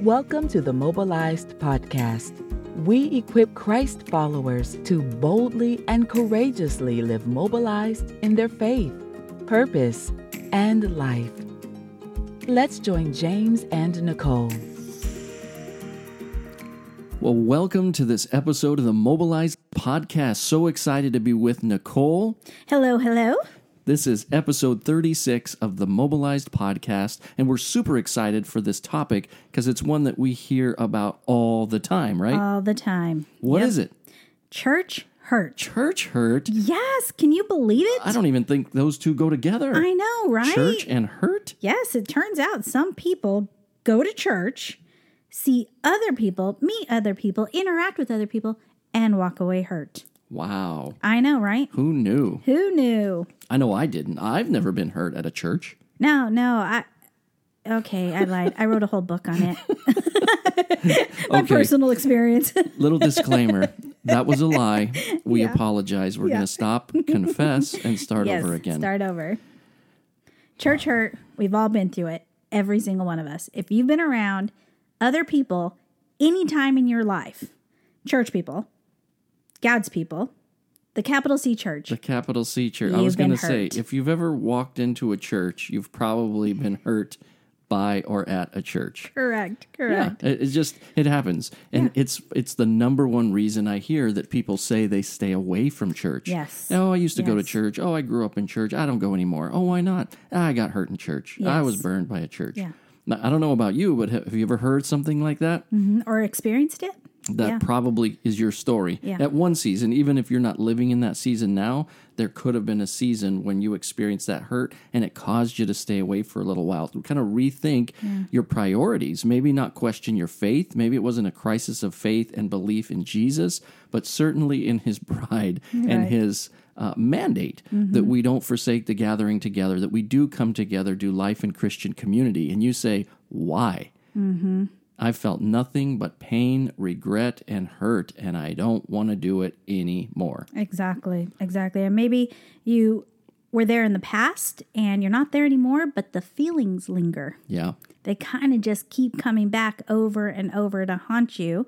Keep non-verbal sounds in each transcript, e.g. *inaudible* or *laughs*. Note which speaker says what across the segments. Speaker 1: Welcome to the Mobilized Podcast. We equip Christ followers to boldly and courageously live mobilized in their faith, purpose, and life. Let's join James and Nicole.
Speaker 2: Well, welcome to this episode of the Mobilized Podcast. So excited to be with Nicole.
Speaker 3: Hello, hello.
Speaker 2: This is episode 36 of the Mobilized Podcast, and we're super excited for this topic because it's one that we hear about all the time, right?
Speaker 3: All the time.
Speaker 2: What
Speaker 3: Yep.
Speaker 2: is it?
Speaker 3: Church hurt.
Speaker 2: Church hurt?
Speaker 3: Yes, can you believe it?
Speaker 2: I don't even think those two go together.
Speaker 3: I know, right?
Speaker 2: Church and hurt?
Speaker 3: Yes, it turns out some people go to church, see other people, meet other people, interact with other people, and walk away hurt.
Speaker 2: Wow.
Speaker 3: I know, right?
Speaker 2: Who knew?
Speaker 3: Who knew?
Speaker 2: I know I didn't. I've never been hurt at a church.
Speaker 3: No, no, I. Okay, I lied. I wrote a whole book on it.
Speaker 2: *laughs*
Speaker 3: My
Speaker 2: Okay.
Speaker 3: personal experience. *laughs*
Speaker 2: Little disclaimer that was a lie. We apologize. We're going to stop, confess, and start
Speaker 3: yes,
Speaker 2: over again.
Speaker 3: start over. Church hurt. We've all been through it. Every single one of us. If you've been around other people any time in your life, church people, God's people, the capital C church,
Speaker 2: The capital C church. I
Speaker 3: You've
Speaker 2: was going to
Speaker 3: been
Speaker 2: say,
Speaker 3: hurt.
Speaker 2: if you've ever walked into a church, you've
Speaker 3: *laughs*
Speaker 2: probably been hurt by or at a church.
Speaker 3: correct,
Speaker 2: Yeah,
Speaker 3: correct.
Speaker 2: it, it just it happens, and it's it's the number one reason I hear that people say they stay away from church.
Speaker 3: Yes.
Speaker 2: Oh, I used to go to
Speaker 3: Yes.
Speaker 2: church. Oh, I grew up in church. I don't go anymore. Oh, why not? I got hurt in church. I was
Speaker 3: Yes.
Speaker 2: burned by a church.
Speaker 3: Yeah.
Speaker 2: Now, I don't know about you, but have have you ever heard something like that?
Speaker 3: Or experienced it?
Speaker 2: that
Speaker 3: Yeah.
Speaker 2: probably is your story.
Speaker 3: Yeah.
Speaker 2: At one season, even if you're not living in that season now, there could have been a season when you experienced that hurt and it caused you to stay away for a little while. Kind of rethink your priorities. Maybe not question your faith. Maybe it wasn't a crisis of faith and belief in Jesus, but certainly in his *laughs* bride and
Speaker 3: Right. Mm-hmm.
Speaker 2: his. Uh, mandate that we don't forsake the gathering together, that we do come together, do life in Christian community. And you say, why? I felt nothing but pain, regret, and hurt, and I don't want to do it anymore.
Speaker 3: Exactly, exactly. And maybe you were there in the past and you're not there anymore, but the feelings linger.
Speaker 2: Yeah.
Speaker 3: They kind of just keep coming back over and over to haunt you.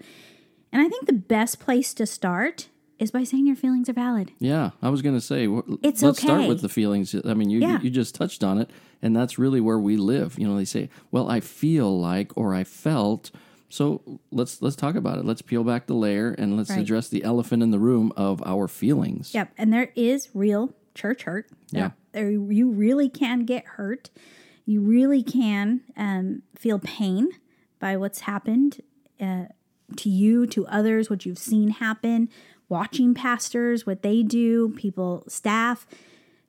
Speaker 3: And I think the best place to start is by saying your feelings are valid.
Speaker 2: Yeah. I was going to say, wh-
Speaker 3: It's
Speaker 2: let's start
Speaker 3: okay.
Speaker 2: with the feelings. I mean, you,
Speaker 3: Yeah.
Speaker 2: you just touched on it, and that's really where we live. You know, they say, well, I feel like or I felt. So let's let's talk about it. Let's peel back the layer and let's
Speaker 3: Right.
Speaker 2: address the elephant in the room of our feelings.
Speaker 3: Yep. And there is real church hurt.
Speaker 2: Yeah.
Speaker 3: There, you really can get hurt. You really can um, feel pain by what's happened uh, to you, to others, what you've seen happen, watching pastors, what they do, people, staff,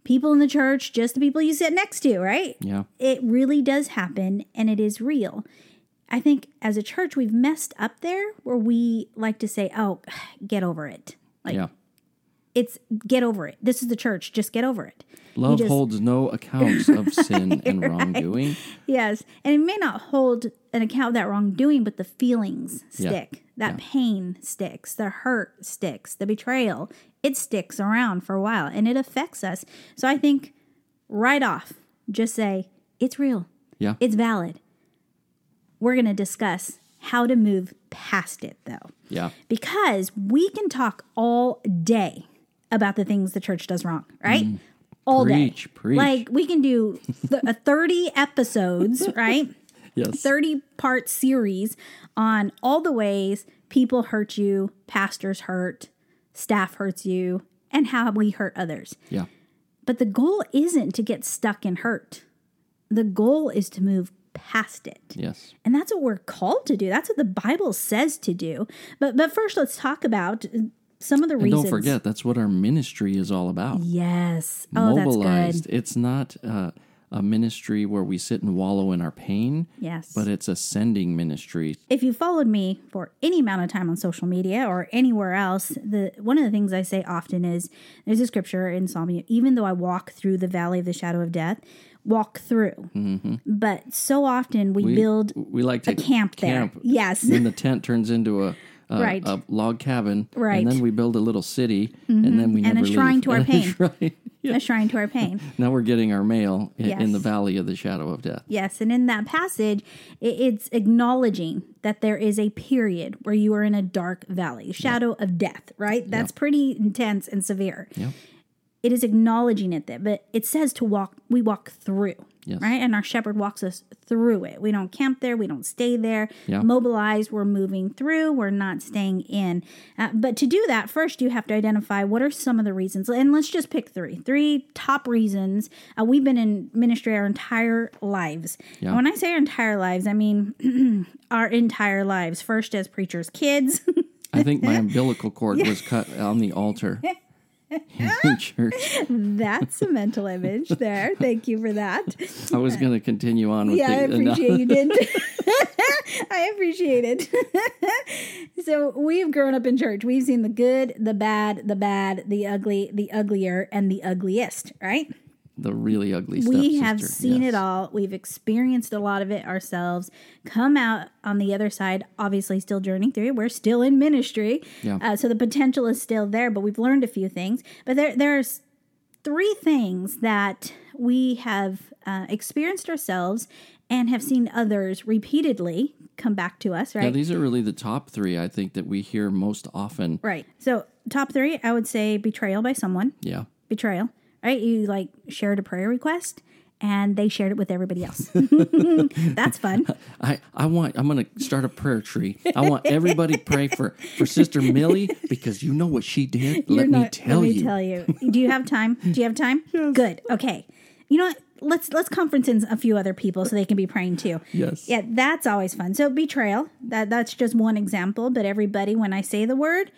Speaker 3: people in the church, just the people you sit next to, right?
Speaker 2: Yeah.
Speaker 3: it really does happen and it is real. I think as a church, we've messed up there where we like to say, oh, *sighs* get over it. Like,
Speaker 2: yeah.
Speaker 3: it's get over it. This is the church. Just get over it.
Speaker 2: Love
Speaker 3: just-
Speaker 2: holds no accounts
Speaker 3: *laughs*
Speaker 2: of sin and wrongdoing.
Speaker 3: Yes. And it may not hold an account of that wrongdoing, but the feelings
Speaker 2: Yeah.
Speaker 3: stick. That pain sticks. The hurt sticks. The betrayal, it sticks around for a while and it affects us. So I think right off, just say, it's real.
Speaker 2: Yeah.
Speaker 3: It's valid. We're going to discuss how to move past it, though,
Speaker 2: yeah.
Speaker 3: because we can talk all day about the things the church does wrong, right? All day.
Speaker 2: Mm. Preach, preach.
Speaker 3: Like, we can do th- a *laughs* 30
Speaker 2: *laughs*
Speaker 3: episodes, right?
Speaker 2: Yes.
Speaker 3: 30 part series on all the ways people hurt you, pastors hurt, staff hurts you, and how we hurt others.
Speaker 2: Yeah.
Speaker 3: But the goal isn't to get stuck and hurt. The goal is to move past it.
Speaker 2: Yes.
Speaker 3: And that's what we're called to do. That's what the Bible says to do. But but first let's talk about some of the
Speaker 2: And
Speaker 3: reasons.
Speaker 2: don't forget, that's what our ministry is all about.
Speaker 3: Yes. Oh, that's
Speaker 2: Mobilized.
Speaker 3: good.
Speaker 2: It's not uh, a ministry where we sit and wallow in our pain,
Speaker 3: Yes.
Speaker 2: but it's a sending ministry.
Speaker 3: if you followed me for any amount of time on social media or anywhere else, the one of the things I say often is there's a scripture in Psalm, even though I walk through the valley of the shadow of death, walk through. But so often we, build
Speaker 2: Mm-hmm. We like to
Speaker 3: a camp there.
Speaker 2: camp.
Speaker 3: Yes.
Speaker 2: Then the tent turns into a, a,
Speaker 3: Right.
Speaker 2: a log cabin,
Speaker 3: Right. Mm-hmm.
Speaker 2: And then we build a little city, and then we
Speaker 3: And a
Speaker 2: never
Speaker 3: shrine
Speaker 2: leave. *laughs*
Speaker 3: to our
Speaker 2: And a
Speaker 3: pain.
Speaker 2: shrine.
Speaker 3: a *laughs* shrine to our pain.
Speaker 2: Now we're getting our mail in, in the
Speaker 3: Yes.
Speaker 2: valley of the shadow of death.
Speaker 3: Yes, and in that passage, i- it's acknowledging that there is a period where you are in a dark valley, shadow of death, right? That's pretty intense and severe. It is acknowledging it that, but it says to walk, we walk through,
Speaker 2: Yes.
Speaker 3: right? And our shepherd walks us through it. We don't camp there, we don't stay there.
Speaker 2: Yeah.
Speaker 3: Mobilize, we're moving through, we're not staying in. Uh, but to do that, first you have to identify what are some of the reasons. And let's just pick three three top reasons. Uh, we've been in ministry our entire lives.
Speaker 2: Yeah.
Speaker 3: And when I say our entire lives, I mean *clears throat* our entire lives. First, as preachers' kids. *laughs*
Speaker 2: I think my umbilical cord was cut on the
Speaker 3: *laughs*
Speaker 2: altar. *laughs* in church.
Speaker 3: That's a mental image there. Thank you for that.
Speaker 2: I was going to continue on with
Speaker 3: Yeah, I
Speaker 2: the, and, uh,
Speaker 3: appreciate you did.
Speaker 2: *laughs*
Speaker 3: *laughs* I appreciate it. *laughs* so we've grown up in church. We've seen the good, the bad, the bad, the ugly, the uglier, and the ugliest, right?
Speaker 2: the really ugly stuff.
Speaker 3: we have
Speaker 2: sister.
Speaker 3: seen
Speaker 2: Yes.
Speaker 3: it all. We've experienced a lot of it ourselves. Come out on the other side, obviously, still journeying through. it. We're still in ministry,
Speaker 2: Yeah.
Speaker 3: uh, so the potential is still there. But we've learned a few things. But there, there's three things that we have uh, experienced ourselves and have seen others repeatedly come back to us. Right?
Speaker 2: Yeah, these are really the top three I think that we hear most often.
Speaker 3: right. So top three, I would say betrayal by someone.
Speaker 2: Yeah.
Speaker 3: betrayal, right? You like shared a prayer request and they shared it with everybody else. *laughs* That's fun.
Speaker 2: I, I want I'm gonna start a prayer tree. I want everybody to pray for for Sister Millie because you know what she did. let me tell
Speaker 3: let me
Speaker 2: you.
Speaker 3: tell you. Do you
Speaker 2: *laughs*
Speaker 3: have time? Do you have time? Good. Okay. You know what? Let's let's conference in a few other people so they can be praying too.
Speaker 2: Yes.
Speaker 3: Yeah, that's always fun. So betrayal, that that's just one example, but everybody when I say the word,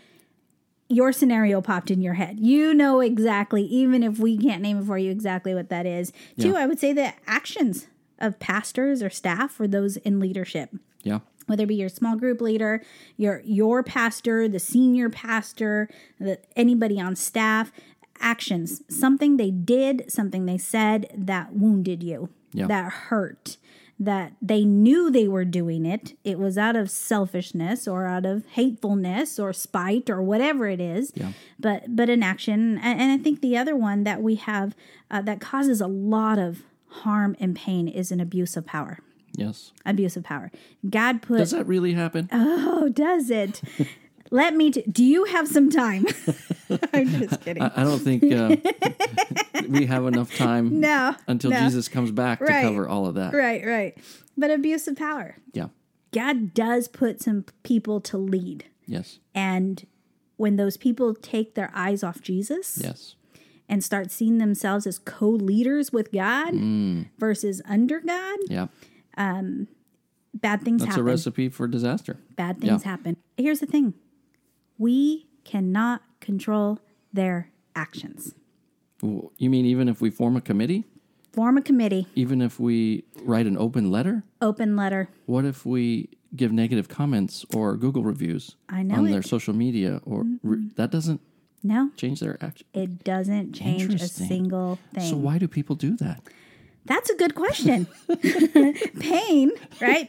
Speaker 3: your scenario popped in your head. You know exactly, even if we can't name it for you exactly what that is. Two, I would say the actions of pastors or staff or those in leadership
Speaker 2: Yeah.
Speaker 3: whether it be your small group leader, your your pastor, the senior pastor, the, anybody on staff, actions, something they did, something they said that wounded you,
Speaker 2: Yeah.
Speaker 3: that hurt, that they knew they were doing it. It was out of selfishness or out of hatefulness or spite or whatever it is.
Speaker 2: Yeah.
Speaker 3: But but an action, A- and I think the other one that we have uh, that causes a lot of harm and pain is an abuse of power
Speaker 2: Yes.
Speaker 3: abuse of power. God put,
Speaker 2: Does that really happen?
Speaker 3: oh, does it? Let me, t- do you have some time? *laughs* I'm just kidding.
Speaker 2: I, I don't think
Speaker 3: *laughs*
Speaker 2: uh, we have enough time
Speaker 3: no.
Speaker 2: until
Speaker 3: no.
Speaker 2: Jesus comes back
Speaker 3: Right.
Speaker 2: to cover all of that.
Speaker 3: Right, right. But abuse of power.
Speaker 2: Yeah.
Speaker 3: God does put some people to lead.
Speaker 2: Yes.
Speaker 3: And when those people take their eyes off Jesus
Speaker 2: Yes.
Speaker 3: and start seeing themselves as co leaders with God
Speaker 2: Mm.
Speaker 3: versus under God,
Speaker 2: Yeah.
Speaker 3: bad things
Speaker 2: That's a
Speaker 3: happen.
Speaker 2: recipe for disaster.
Speaker 3: bad things
Speaker 2: Yeah.
Speaker 3: happen. Here's the thing we cannot control their actions.
Speaker 2: W- You mean even if we form a committee,
Speaker 3: Form a committee,
Speaker 2: even if we write an open letter,
Speaker 3: open letter.
Speaker 2: what if we give negative comments or Google reviews
Speaker 3: I know
Speaker 2: on
Speaker 3: it. mm-hmm.
Speaker 2: their social media or re- that doesn't
Speaker 3: No,
Speaker 2: change their action?
Speaker 3: it doesn't change a
Speaker 2: Interesting.
Speaker 3: single thing.
Speaker 2: So why do people do that?
Speaker 3: That's a
Speaker 2: *laughs*
Speaker 3: good question. pain, right?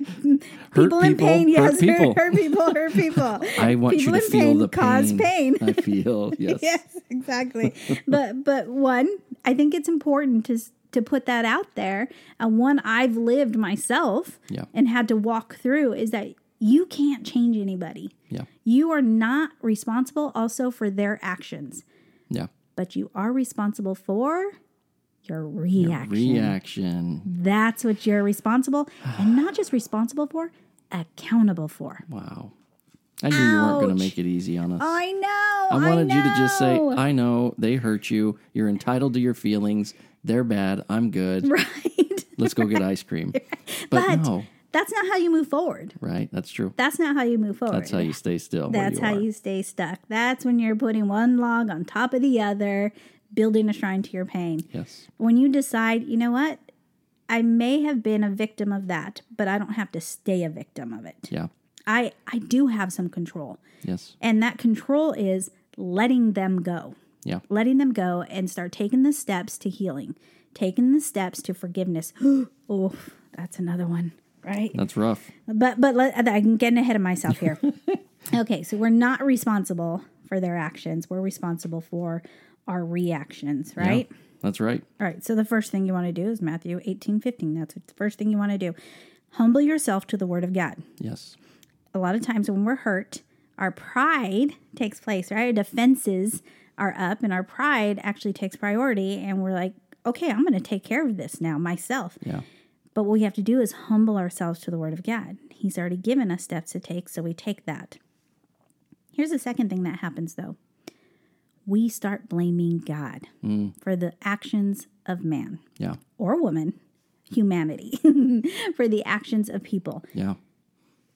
Speaker 3: people in
Speaker 2: people,
Speaker 3: pain,
Speaker 2: hurt
Speaker 3: yes,
Speaker 2: people.
Speaker 3: hurt, hurt
Speaker 2: *laughs*
Speaker 3: people, hurt people.
Speaker 2: I want you
Speaker 3: people in
Speaker 2: to feel
Speaker 3: pain
Speaker 2: the pain.
Speaker 3: cause pain.
Speaker 2: *laughs*
Speaker 3: *laughs*
Speaker 2: I feel yes.
Speaker 3: yes, exactly. but but one, I think it's important to s- to put that out there. And one I've lived myself
Speaker 2: Yeah.
Speaker 3: and had to walk through is that you can't change anybody.
Speaker 2: Yeah.
Speaker 3: You are not responsible also for their actions,
Speaker 2: Yeah.
Speaker 3: but you are responsible for your reaction.
Speaker 2: Reaction.
Speaker 3: That's what you're responsible
Speaker 2: *sighs*
Speaker 3: and not just responsible for, accountable for.
Speaker 2: Wow. I knew you weren't going
Speaker 3: Ouch.
Speaker 2: to make it easy on us.
Speaker 3: I know.
Speaker 2: I wanted
Speaker 3: know.
Speaker 2: you to just say, I know they hurt you. You're entitled to your feelings. They're bad. I'm good.
Speaker 3: *laughs* right.
Speaker 2: Let's go
Speaker 3: *laughs*
Speaker 2: get ice cream. But,
Speaker 3: But-
Speaker 2: no,
Speaker 3: That's not how you move forward.
Speaker 2: right? That's true.
Speaker 3: That's not how you move forward.
Speaker 2: That's how you stay still. where
Speaker 3: That's how
Speaker 2: are.
Speaker 3: you stay stuck. That's when you're putting one log on top of the other, building a shrine to your pain.
Speaker 2: Yes.
Speaker 3: When you decide, you know what? I may have been a victim of that, but I don't have to stay a victim of it.
Speaker 2: Yeah.
Speaker 3: I I do have some control.
Speaker 2: Yes.
Speaker 3: And that control is letting them go.
Speaker 2: Yeah.
Speaker 3: Letting them go and start taking the steps to healing, taking the steps to forgiveness. *gasps* oh, that's another one, right?
Speaker 2: That's rough.
Speaker 3: But but let, I'm getting ahead of myself here. okay, so we're not responsible for their actions. We're responsible for our reactions, right?
Speaker 2: That's right.
Speaker 3: All right. So the first thing you want to do is Matthew 18, 15. That's the first thing you want to do. Humble yourself to the word of God.
Speaker 2: Yes.
Speaker 3: A lot of times when we're hurt, our pride takes place, right? Our defenses are up and our pride actually takes priority. And we're like, okay, I'm going to take care of this now myself.
Speaker 2: Yeah.
Speaker 3: But what we have to do is humble ourselves to the word of God. He's already given us steps to take, so we take that. Here's the second thing that happens though we start blaming God for the actions of man
Speaker 2: Yeah.
Speaker 3: or woman, humanity, *laughs* for the actions of people.
Speaker 2: Yeah.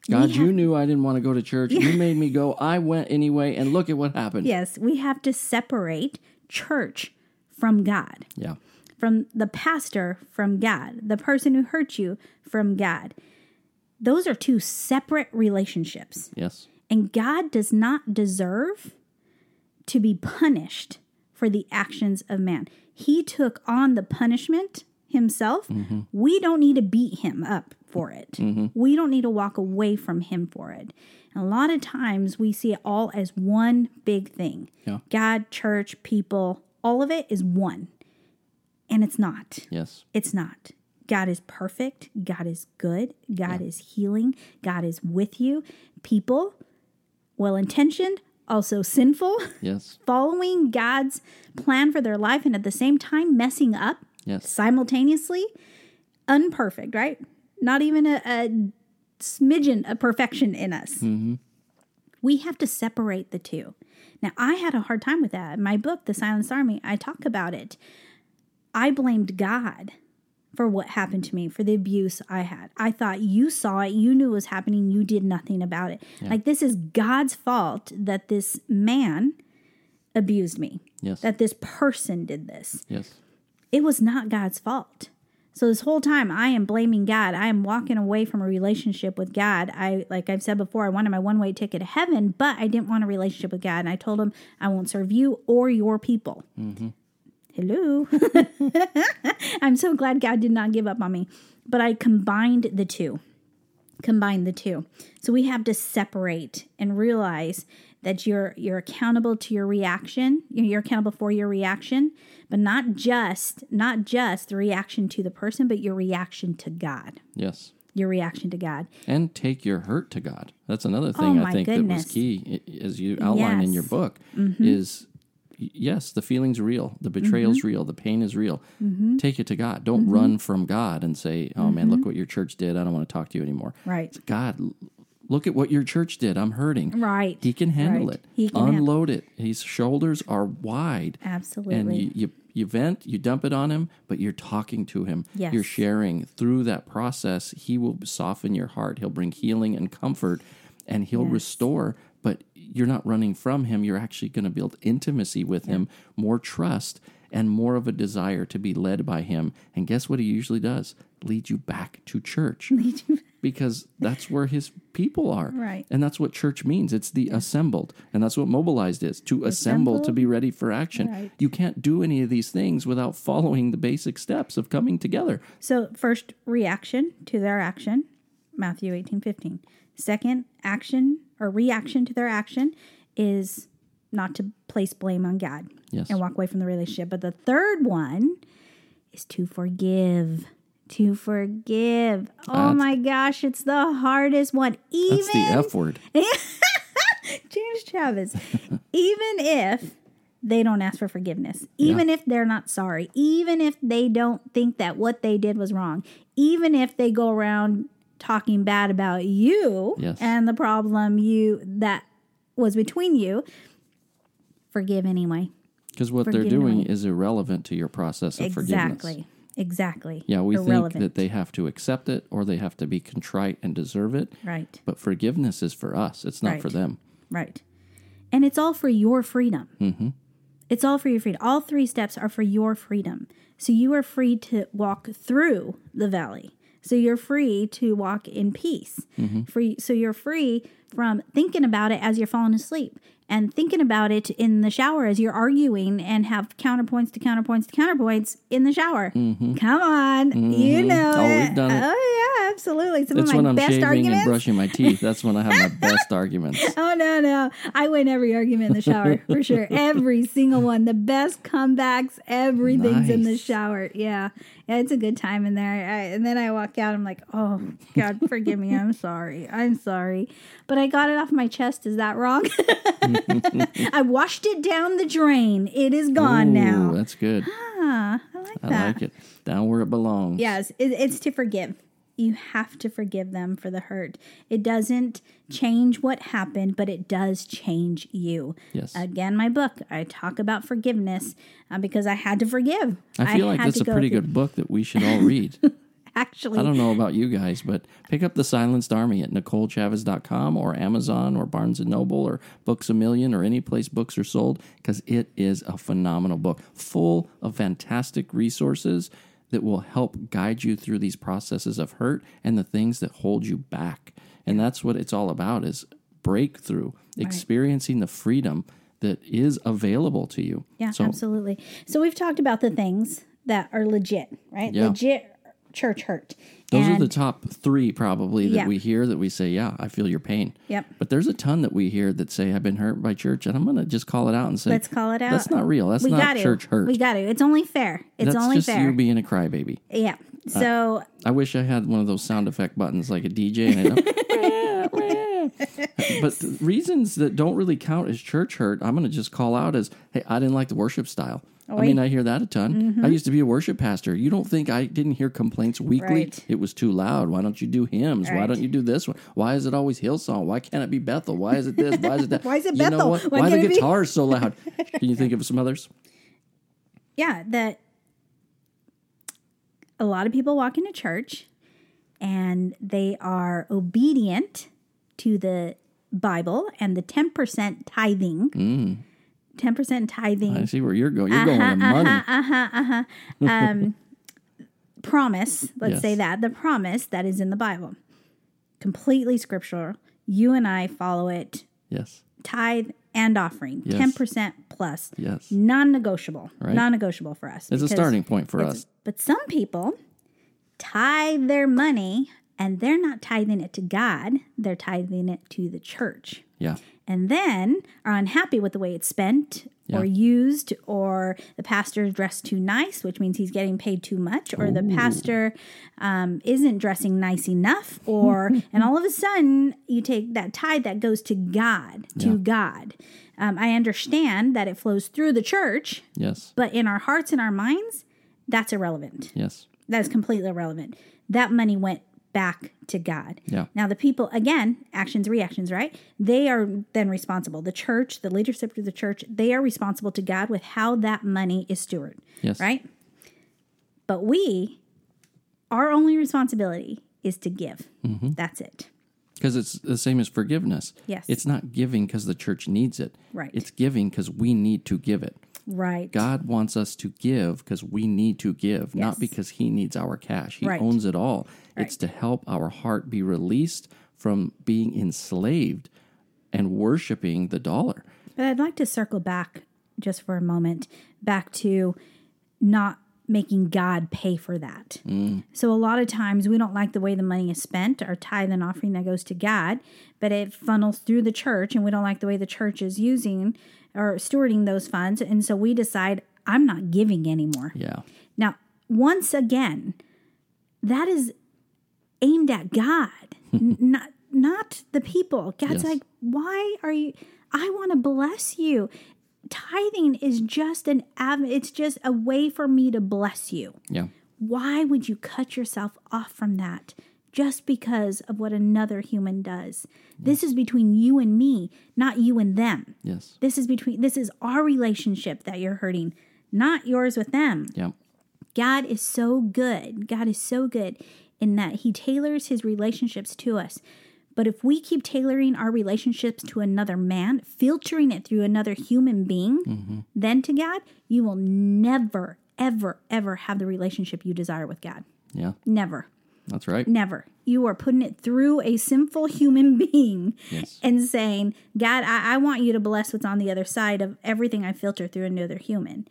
Speaker 2: God, you knew I didn't want to go to church.
Speaker 3: *laughs*
Speaker 2: You made me go. I went anyway, and look at what happened.
Speaker 3: Yes, we have to separate church from God.
Speaker 2: Yeah.
Speaker 3: from the pastor from God, the person who hurt you from God. Those are two separate relationships.
Speaker 2: Yes.
Speaker 3: And God does not deserve to be punished for the actions of man. He took on the punishment himself. We don't need to beat him up for it. We don't need to walk away from him for it. And a lot of times we see it all as one big thing
Speaker 2: Yeah.
Speaker 3: God, church, people, all of it is one. And it's not.
Speaker 2: Yes.
Speaker 3: It's not. God is perfect. God is good. God is healing. God is with you. People, well intentioned, also sinful, *laughs*
Speaker 2: Yes.
Speaker 3: following God's plan for their life and at the same time messing up
Speaker 2: Yes.
Speaker 3: simultaneously, unperfect, right? Not even a, a smidgen of perfection in us. We have to separate the two. Now, I had a hard time with that. In my book, The Silenced Army, I talk about it. I blamed God for what happened to me, for the abuse I had. I thought you saw it, you knew it was happening, you did nothing about it. Like, this is God's fault that this man abused me,
Speaker 2: Yes.
Speaker 3: that this person did this
Speaker 2: Yes.
Speaker 3: it was not God's fault. So this whole time I am blaming God. I am walking away from a relationship with God. I like I've said before, I wanted my one-way ticket to heaven, but I didn't want a relationship with God. And I told him I won't serve you or your people. Hello. *laughs* I'm so glad God did not give up on me. But I combined the two. Combined the two. So we have to separate and realize that you're you're accountable to your reaction. You're you're accountable for your reaction, but not just not just the reaction to the person, but your reaction to God.
Speaker 2: Yes.
Speaker 3: Your reaction to God.
Speaker 2: and take your hurt to God. That's another thing
Speaker 3: Oh, my
Speaker 2: I think that
Speaker 3: goodness.
Speaker 2: was key, i- as you outline in your
Speaker 3: Yes. Mm-hmm.
Speaker 2: book, is y- yes, the feeling's real, the betrayal's
Speaker 3: Mm-hmm.
Speaker 2: real, the pain is real. Take it to God. Don't run from God and say, "Oh man, look what your church did. I don't want to talk to you anymore."
Speaker 3: Mm-hmm. Right.
Speaker 2: God, l- look at what your church did. I'm hurting.
Speaker 3: Right.
Speaker 2: He can handle
Speaker 3: Right.
Speaker 2: it.
Speaker 3: He can handle-
Speaker 2: unload it. His shoulders are wide.
Speaker 3: Absolutely.
Speaker 2: And you, you you vent, you dump it on him, but you're talking to him.
Speaker 3: Yes.
Speaker 2: You're sharing through that process. He will soften your heart. He'll bring healing and comfort, and he'll restore. But you're not running from him. You're actually going to build intimacy with him, more trust, and more of a desire to be led by him. And guess what he usually does? Lead you back to church. because that's where his people are.
Speaker 3: Right.
Speaker 2: And that's what church means. It's the assembled. And that's what mobilized is to assemble, to
Speaker 3: Assemble.
Speaker 2: be ready for action.
Speaker 3: Right.
Speaker 2: You can't do any of these things without following the basic steps of coming together.
Speaker 3: So first reaction to their action, Matthew 18, 15. Second action or reaction to their action is not to place blame on God
Speaker 2: Yes.
Speaker 3: and walk away from the relationship. But the third one is to forgive. To forgive. Oh
Speaker 2: That's-
Speaker 3: my gosh, it's the hardest one. Even
Speaker 2: That's the F word.
Speaker 3: James Travis, even if they don't ask for forgiveness, even if they're not sorry, even if they don't think that what they did was wrong, even if they go around talking bad about you
Speaker 2: Yes.
Speaker 3: and the problem you that was between you, forgive anyway.
Speaker 2: Because what they're
Speaker 3: Forgiveness.
Speaker 2: doing is irrelevant to your process of forgiveness.
Speaker 3: Exactly. Exactly.
Speaker 2: Yeah, we think
Speaker 3: Irrelevant.
Speaker 2: that they have to accept it or they have to be contrite and deserve it.
Speaker 3: Right.
Speaker 2: But forgiveness is for us, it's not for
Speaker 3: Right.
Speaker 2: them.
Speaker 3: Right. And it's all for your freedom.
Speaker 2: Mm-hmm.
Speaker 3: It's all for your freedom. All three steps are for your freedom. So you are free to walk through
Speaker 2: Mm-hmm.
Speaker 3: the valley. So you're free to walk in peace. Free. So you're free from thinking about it as you're falling asleep and thinking about it in the shower as you're arguing and have counterpoints to counterpoints to counterpoints in the shower. Come on, you know
Speaker 2: Mm-hmm. Oh,
Speaker 3: it.
Speaker 2: we've done it.
Speaker 3: Oh yeah, absolutely. Some
Speaker 2: That's
Speaker 3: of my
Speaker 2: when I'm
Speaker 3: best
Speaker 2: shaving
Speaker 3: arguments.
Speaker 2: and brushing my teeth. That's when I have my
Speaker 3: *laughs*
Speaker 2: best arguments.
Speaker 3: Oh no, no. I win every argument in the shower
Speaker 2: *laughs*
Speaker 3: for sure. Every single one. The best comebacks, everything's in the
Speaker 2: Nice.
Speaker 3: shower. Yeah. yeah. It's a good time in there. I, and then I walk out, I'm like, oh God, forgive me. I'm sorry. I'm sorry. But I got it off my chest. Is
Speaker 2: *laughs*
Speaker 3: that wrong? *laughs* I washed it down the drain. It is gone
Speaker 2: Ooh,
Speaker 3: now.
Speaker 2: That's good.
Speaker 3: Ah, I like
Speaker 2: I
Speaker 3: that.
Speaker 2: like it. Down where it belongs.
Speaker 3: Yes, it, it's to forgive. You have to forgive them for the hurt. It doesn't change what happened, but it does change you.
Speaker 2: Yes.
Speaker 3: Again, my book, I talk about forgiveness uh, because I had to forgive.
Speaker 2: I feel like
Speaker 3: had
Speaker 2: that's
Speaker 3: to
Speaker 2: a
Speaker 3: go
Speaker 2: pretty
Speaker 3: through-
Speaker 2: good book that we should all read.
Speaker 3: *laughs* Actually,
Speaker 2: I don't know about you guys, but pick up The Silenced Army at NicoleChavez.com or Amazon or Barnes & Noble or Books A Million or any place books are sold because it is a phenomenal book full of fantastic resources that will help guide you through these processes of hurt and the things that hold you back. And that's what it's all about is breakthrough, experiencing the freedom that is available to you.
Speaker 3: Yeah,
Speaker 2: so
Speaker 3: absolutely. So we've talked about the things that are legit, right?
Speaker 2: Yeah.
Speaker 3: Legit church hurt.
Speaker 2: Those
Speaker 3: and
Speaker 2: are the top three probably that
Speaker 3: Yeah.
Speaker 2: we hear that we say, yeah, I feel your pain.
Speaker 3: Yep.
Speaker 2: But there's a ton that we hear that say, I've been hurt by church, and I'm going to just call it out and say,
Speaker 3: let's call it out.
Speaker 2: That's not real. That's
Speaker 3: we
Speaker 2: not
Speaker 3: gotta.
Speaker 2: church hurt.
Speaker 3: We got to. It's only fair. It's
Speaker 2: that's
Speaker 3: only
Speaker 2: just
Speaker 3: fair.
Speaker 2: you Uh, being a crybaby.
Speaker 3: yeah. So
Speaker 2: I wish I had one of those sound effect buttons like a DJ. And
Speaker 3: *laughs*
Speaker 2: I *laughs* but the reasons that don't really count as church hurt, I'm going to just call out as, hey, I didn't like the worship style.
Speaker 3: Oh,
Speaker 2: I mean, I hear that a ton.
Speaker 3: Mm-hmm.
Speaker 2: I used to be a worship pastor. You don't think I didn't hear complaints weekly?
Speaker 3: Right.
Speaker 2: It was too loud. Why don't you do hymns? Why
Speaker 3: Right.
Speaker 2: don't you do this one? Why is it always Hillsong? Why can't it be Bethel? Why is it this? Why is it that?
Speaker 3: *laughs* Why is it
Speaker 2: You know
Speaker 3: Bethel?
Speaker 2: what?
Speaker 3: Why
Speaker 2: Why, are
Speaker 3: can't
Speaker 2: the
Speaker 3: it be-
Speaker 2: guitars so
Speaker 3: *laughs*
Speaker 2: loud? Can you think of some others?
Speaker 3: yeah, that a lot of people walk into church and they are obedient to the Bible and the 10% tithing. 10% tithing
Speaker 2: Mm. I see where you're going. You're
Speaker 3: Uh-huh,
Speaker 2: going to money.
Speaker 3: promise, let's say
Speaker 2: Yes.
Speaker 3: that, the promise that is in the Bible. Completely scriptural. You and I follow it
Speaker 2: Yes.
Speaker 3: tithe and offering,
Speaker 2: Yes.
Speaker 3: 10% plus.
Speaker 2: Yes.
Speaker 3: Non negotiable.
Speaker 2: Right.
Speaker 3: Non negotiable for us.
Speaker 2: It's a
Speaker 3: because-
Speaker 2: starting point for us.
Speaker 3: But some people tithe their money and they're not tithing it to God, they're tithing it to the church.
Speaker 2: Yeah.
Speaker 3: And then are unhappy with the way it's spent or used, or the pastor is dressed too nice, which means he's getting paid too much, or the pastor um, isn't dressing nice enough, or and all of a sudden you take that tithe that goes to God, to God. Um, I understand that it flows through the church,
Speaker 2: Yes.
Speaker 3: but in our hearts and our minds, that's irrelevant.
Speaker 2: Yes.
Speaker 3: That is completely irrelevant. That money went back to God.
Speaker 2: Yeah.
Speaker 3: Now the people again, actions, reactions, right? They are then responsible. The church, the leadership of the church, they are responsible to God with how that money is stewarded,
Speaker 2: Yes.
Speaker 3: right? But we, our only responsibility is to give. That's it.
Speaker 2: Because it's the same as forgiveness.
Speaker 3: Yes.
Speaker 2: It's not giving because the church needs it.
Speaker 3: Right.
Speaker 2: It's giving because we need to give it.
Speaker 3: Right.
Speaker 2: God wants us to give because we need to give,
Speaker 3: Yes.
Speaker 2: not because He needs our cash. He
Speaker 3: Right.
Speaker 2: owns it all. It's
Speaker 3: Right.
Speaker 2: to help our heart be released from being enslaved and worshiping the dollar.
Speaker 3: But I'd like to circle back just for a moment back to not making God pay for that. So a lot of times we don't like the way the money is spent, our tithe and offering that goes to God, but it funnels through the church and we don't like the way the church is using or stewarding those funds and so we decide I'm not giving anymore.
Speaker 2: Yeah.
Speaker 3: Now, once again, that is aimed at God, n- not not the people. God's
Speaker 2: Yes.
Speaker 3: like, why are you? I want to bless you. Tithing is just an av- it's just a way for me to bless you.
Speaker 2: Yeah.
Speaker 3: Why would you cut yourself off from that just because of what another human does? This is between you and me, not you and them.
Speaker 2: Yes.
Speaker 3: This is between this is our relationship that you're hurting, not yours with them.
Speaker 2: Yeah.
Speaker 3: God is so good. God is so good in that He tailors His relationships to us. But if we keep tailoring our relationships to another man, filtering it through another human being, then to God, you will never, ever, ever have the relationship you desire with God.
Speaker 2: Yeah.
Speaker 3: Never.
Speaker 2: That's right.
Speaker 3: Never. You are putting it through a sinful human *laughs* being
Speaker 2: Yes.
Speaker 3: and saying, God, I, I want you to bless what's on the other side of everything I filter through another human.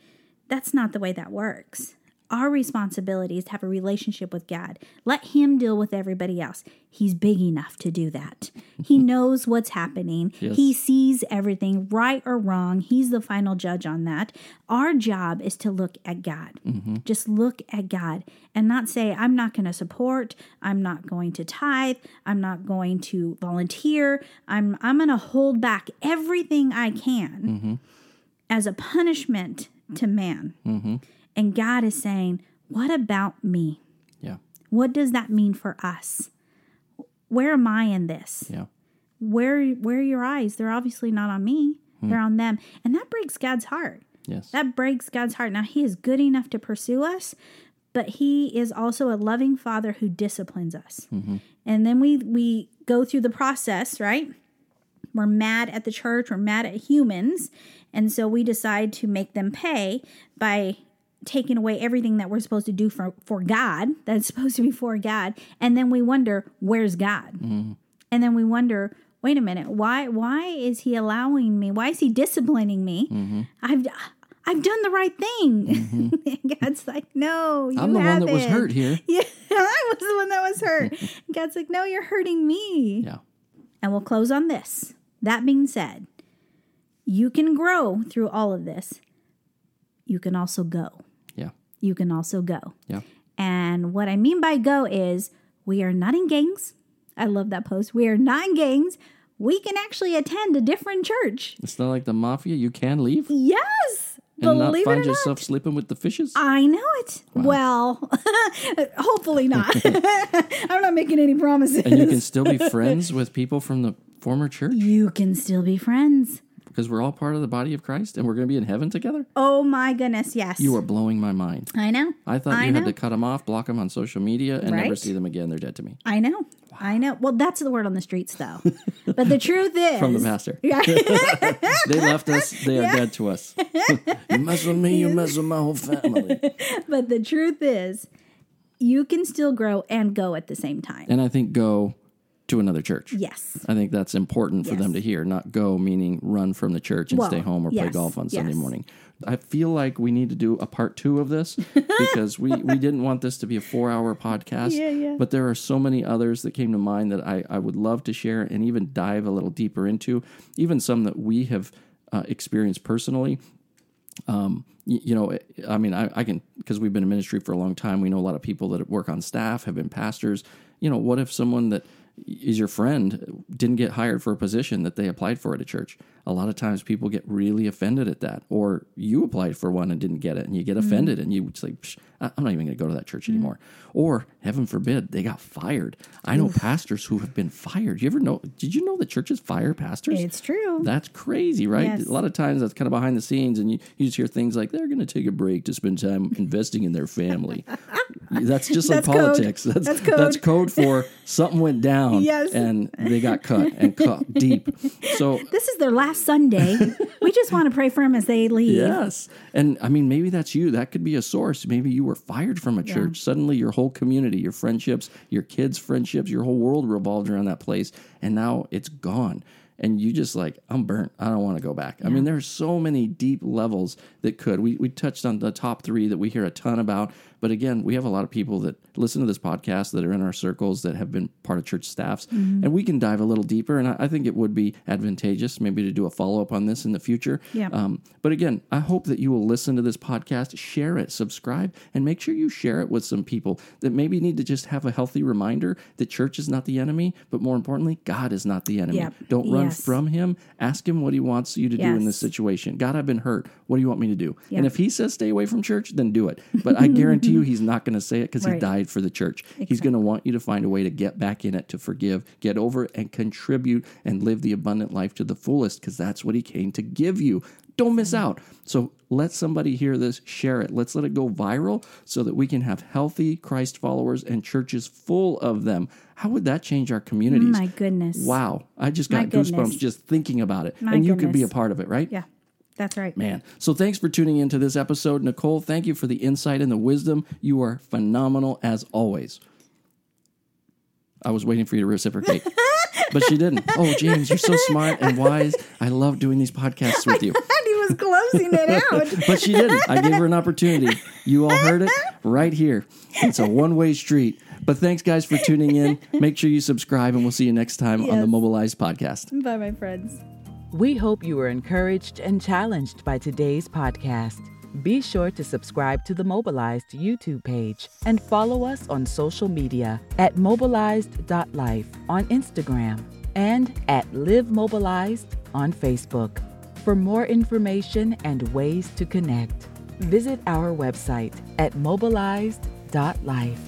Speaker 3: That's not the way that works. Our responsibility is to have a relationship with God. Let Him deal with everybody else. He's big enough to do that. He knows what's happening, He sees everything, right or wrong. He's the final judge on that. Our job is to look at God. Just look at God and not say, I'm not going to support, I'm not going to tithe, I'm not going to volunteer, I'm, I'm going to hold back everything I can as a punishment to man. And God is saying, What about me?
Speaker 2: Yeah.
Speaker 3: What does that mean for us? Where am I in this?
Speaker 2: Yeah.
Speaker 3: Where where are your eyes? They're obviously not on me. They're on them. And that breaks God's heart.
Speaker 2: Yes.
Speaker 3: That breaks God's heart. Now he is good enough to pursue us, but he is also a loving father who disciplines us. And then we we go through the process, right? We're mad at the church, we're mad at humans, and so we decide to make them pay by taking away everything that we're supposed to do for for God, that's *laughs* supposed to be for God, and then we wonder, where's God?
Speaker 2: Mm-hmm.
Speaker 3: and then we wonder wait a minute why why is he allowing me why is he disciplining me
Speaker 2: Mm-hmm.
Speaker 3: i've i've done the right thing *laughs* And god's like no you
Speaker 2: I'm the one that was
Speaker 3: haven't."
Speaker 2: hurt here.
Speaker 3: *laughs* yeah i was the one that was hurt And god's like no you're hurting me
Speaker 2: Yeah.
Speaker 3: and we'll close on this that being said you can grow through all of this you can also go
Speaker 2: Yeah.
Speaker 3: you can also go
Speaker 2: Yeah.
Speaker 3: and what I mean by go is we are not in gangs. I love that post. We are not in gangs. We can actually attend a different church.
Speaker 2: It's not like the mafia. You can leave and
Speaker 3: Yes.
Speaker 2: not
Speaker 3: Believe it
Speaker 2: find
Speaker 3: or not.
Speaker 2: yourself sleeping with the fishes.
Speaker 3: I know it. Well, *laughs*
Speaker 2: *laughs*
Speaker 3: hopefully not. I'm not making any promises.
Speaker 2: and you can still
Speaker 3: *laughs*
Speaker 2: be friends with people from the former church
Speaker 3: you can still be friends.
Speaker 2: because we're all part of the body of Christ and we're going to be in heaven together.
Speaker 3: Oh my goodness, yes.
Speaker 2: You are blowing my mind.
Speaker 3: I know.
Speaker 2: I thought
Speaker 3: I
Speaker 2: you had
Speaker 3: know.
Speaker 2: to cut them off, block them on social media, and never
Speaker 3: Right?
Speaker 2: see them again. They're dead to me.
Speaker 3: I know. I know. Well, that's the word on the
Speaker 2: *laughs*
Speaker 3: streets, though. but the truth is,
Speaker 2: From the *laughs* pastor.
Speaker 3: Yeah.
Speaker 2: They left us. They are dead to *laughs* us. you mess with me, you mess with my whole *laughs* family.
Speaker 3: *laughs* But the truth is, you can still grow and go at the same time.
Speaker 2: And I think go to another church.
Speaker 3: Yes.
Speaker 2: I think that's important for them to
Speaker 3: Yes.
Speaker 2: hear. Not go meaning run from the church and
Speaker 3: Well,
Speaker 2: stay home or play
Speaker 3: yes,
Speaker 2: golf on Sunday
Speaker 3: yes.
Speaker 2: morning. I feel like we need to do a part two of
Speaker 3: *laughs*
Speaker 2: this because we, we didn't want this to be a four hour podcast.
Speaker 3: Yeah, yeah.
Speaker 2: But there are so many others that came to mind that I, I would love to share and even dive a little deeper into, even some that we have uh, experienced personally y- you know, I mean, I, I can because we've been in ministry for a long time. We know a lot of people that work on staff have been pastors. You know, what if someone that is your friend didn't get hired for a position that they applied for at a church? A lot of times, people get really offended at that. Or you applied for one and didn't get it, and you get offended, and you say, Psh, I- "I'm not even going to go to that church anymore." Or heaven forbid, they got fired. I know pastors who have been fired. You ever know? Did you know that churches fire pastors?
Speaker 3: It's true.
Speaker 2: That's crazy, right?
Speaker 3: Yes.
Speaker 2: A lot of times that's kind of behind the scenes, and you, you just hear things like they're going to take a break to spend time *laughs* investing in their
Speaker 3: *laughs*
Speaker 2: family. that's just like
Speaker 3: That's code.
Speaker 2: politics. That's,
Speaker 3: That's code.
Speaker 2: That's code for something went down,
Speaker 3: *laughs* Yes.
Speaker 2: and they got cut and cut
Speaker 3: *laughs*
Speaker 2: deep. So
Speaker 3: This is their
Speaker 2: *laughs*
Speaker 3: last Sunday. we just want to pray for them as they leave.
Speaker 2: Yes. And I mean, maybe that's you. That could be a source. Maybe you were fired from a church. Suddenly, your whole community, your friendships, your kids' friendships, your whole world revolved around that place. And now it's gone. And you just like, I'm burnt. I don't want to go back. I mean, there are so many deep levels that could. We, we touched on the top three that we hear a ton about. But again, we have a lot of people that listen to this podcast that are in our circles that have been part of church staffs.
Speaker 3: Mm-hmm.
Speaker 2: And we can dive a little deeper. And I, I think it would be advantageous maybe to do a follow up on this in the future.
Speaker 3: Yeah.
Speaker 2: Um, but again, I hope that you will listen to this podcast, share it, subscribe, and make sure you share it with some people that maybe need to just have a healthy reminder that church is not the enemy, but more importantly, God is not the enemy.
Speaker 3: Yep.
Speaker 2: Don't run
Speaker 3: Yes.
Speaker 2: from Him. Ask Him what He wants you to do in this
Speaker 3: Yes.
Speaker 2: situation. God, I've been hurt. What do you want me to do? And
Speaker 3: Yeah.
Speaker 2: if He says stay away from church, then do it. But
Speaker 3: *laughs*
Speaker 2: I guarantee you, He's not going to say it because He
Speaker 3: Right.
Speaker 2: died for the church. He's going to want you to find a way to get back in it, to forgive, get over it, and contribute and live the abundant life to the fullest because that's what He came to give you. Don't miss out. So let somebody hear this, share it. Let's let it go viral so that we can have healthy Christ followers and churches full of them. How would that change our communities?
Speaker 3: Oh, My goodness.
Speaker 2: Wow. I just
Speaker 3: My
Speaker 2: got goosebumps
Speaker 3: goodness.
Speaker 2: just thinking about it.
Speaker 3: My
Speaker 2: and you could be a
Speaker 3: goodness.
Speaker 2: part of it, right?
Speaker 3: Yeah, that's right.
Speaker 2: Man. So thanks for tuning into this episode. Nicole, thank you for the insight and the wisdom. You are phenomenal as always. I was waiting for you to reciprocate. but she didn't. Oh, James, you're so smart and wise. I love doing these podcasts with you.
Speaker 3: And he was
Speaker 2: *laughs*
Speaker 3: closing it out.
Speaker 2: But she didn't. I gave her an opportunity. You all heard it right here. It's a one way street. But thanks, guys, for tuning in. Make sure you subscribe, and we'll see you next time on the
Speaker 3: Yes.
Speaker 2: Mobilized podcast.
Speaker 3: Bye, my friends.
Speaker 1: We hope you were encouraged and challenged by today's podcast. Be sure to subscribe to the Mobilized YouTube page and follow us on social media at mobilized.life on Instagram and at Live Mobilized on Facebook. For more information and ways to connect, visit our website at mobilized.life.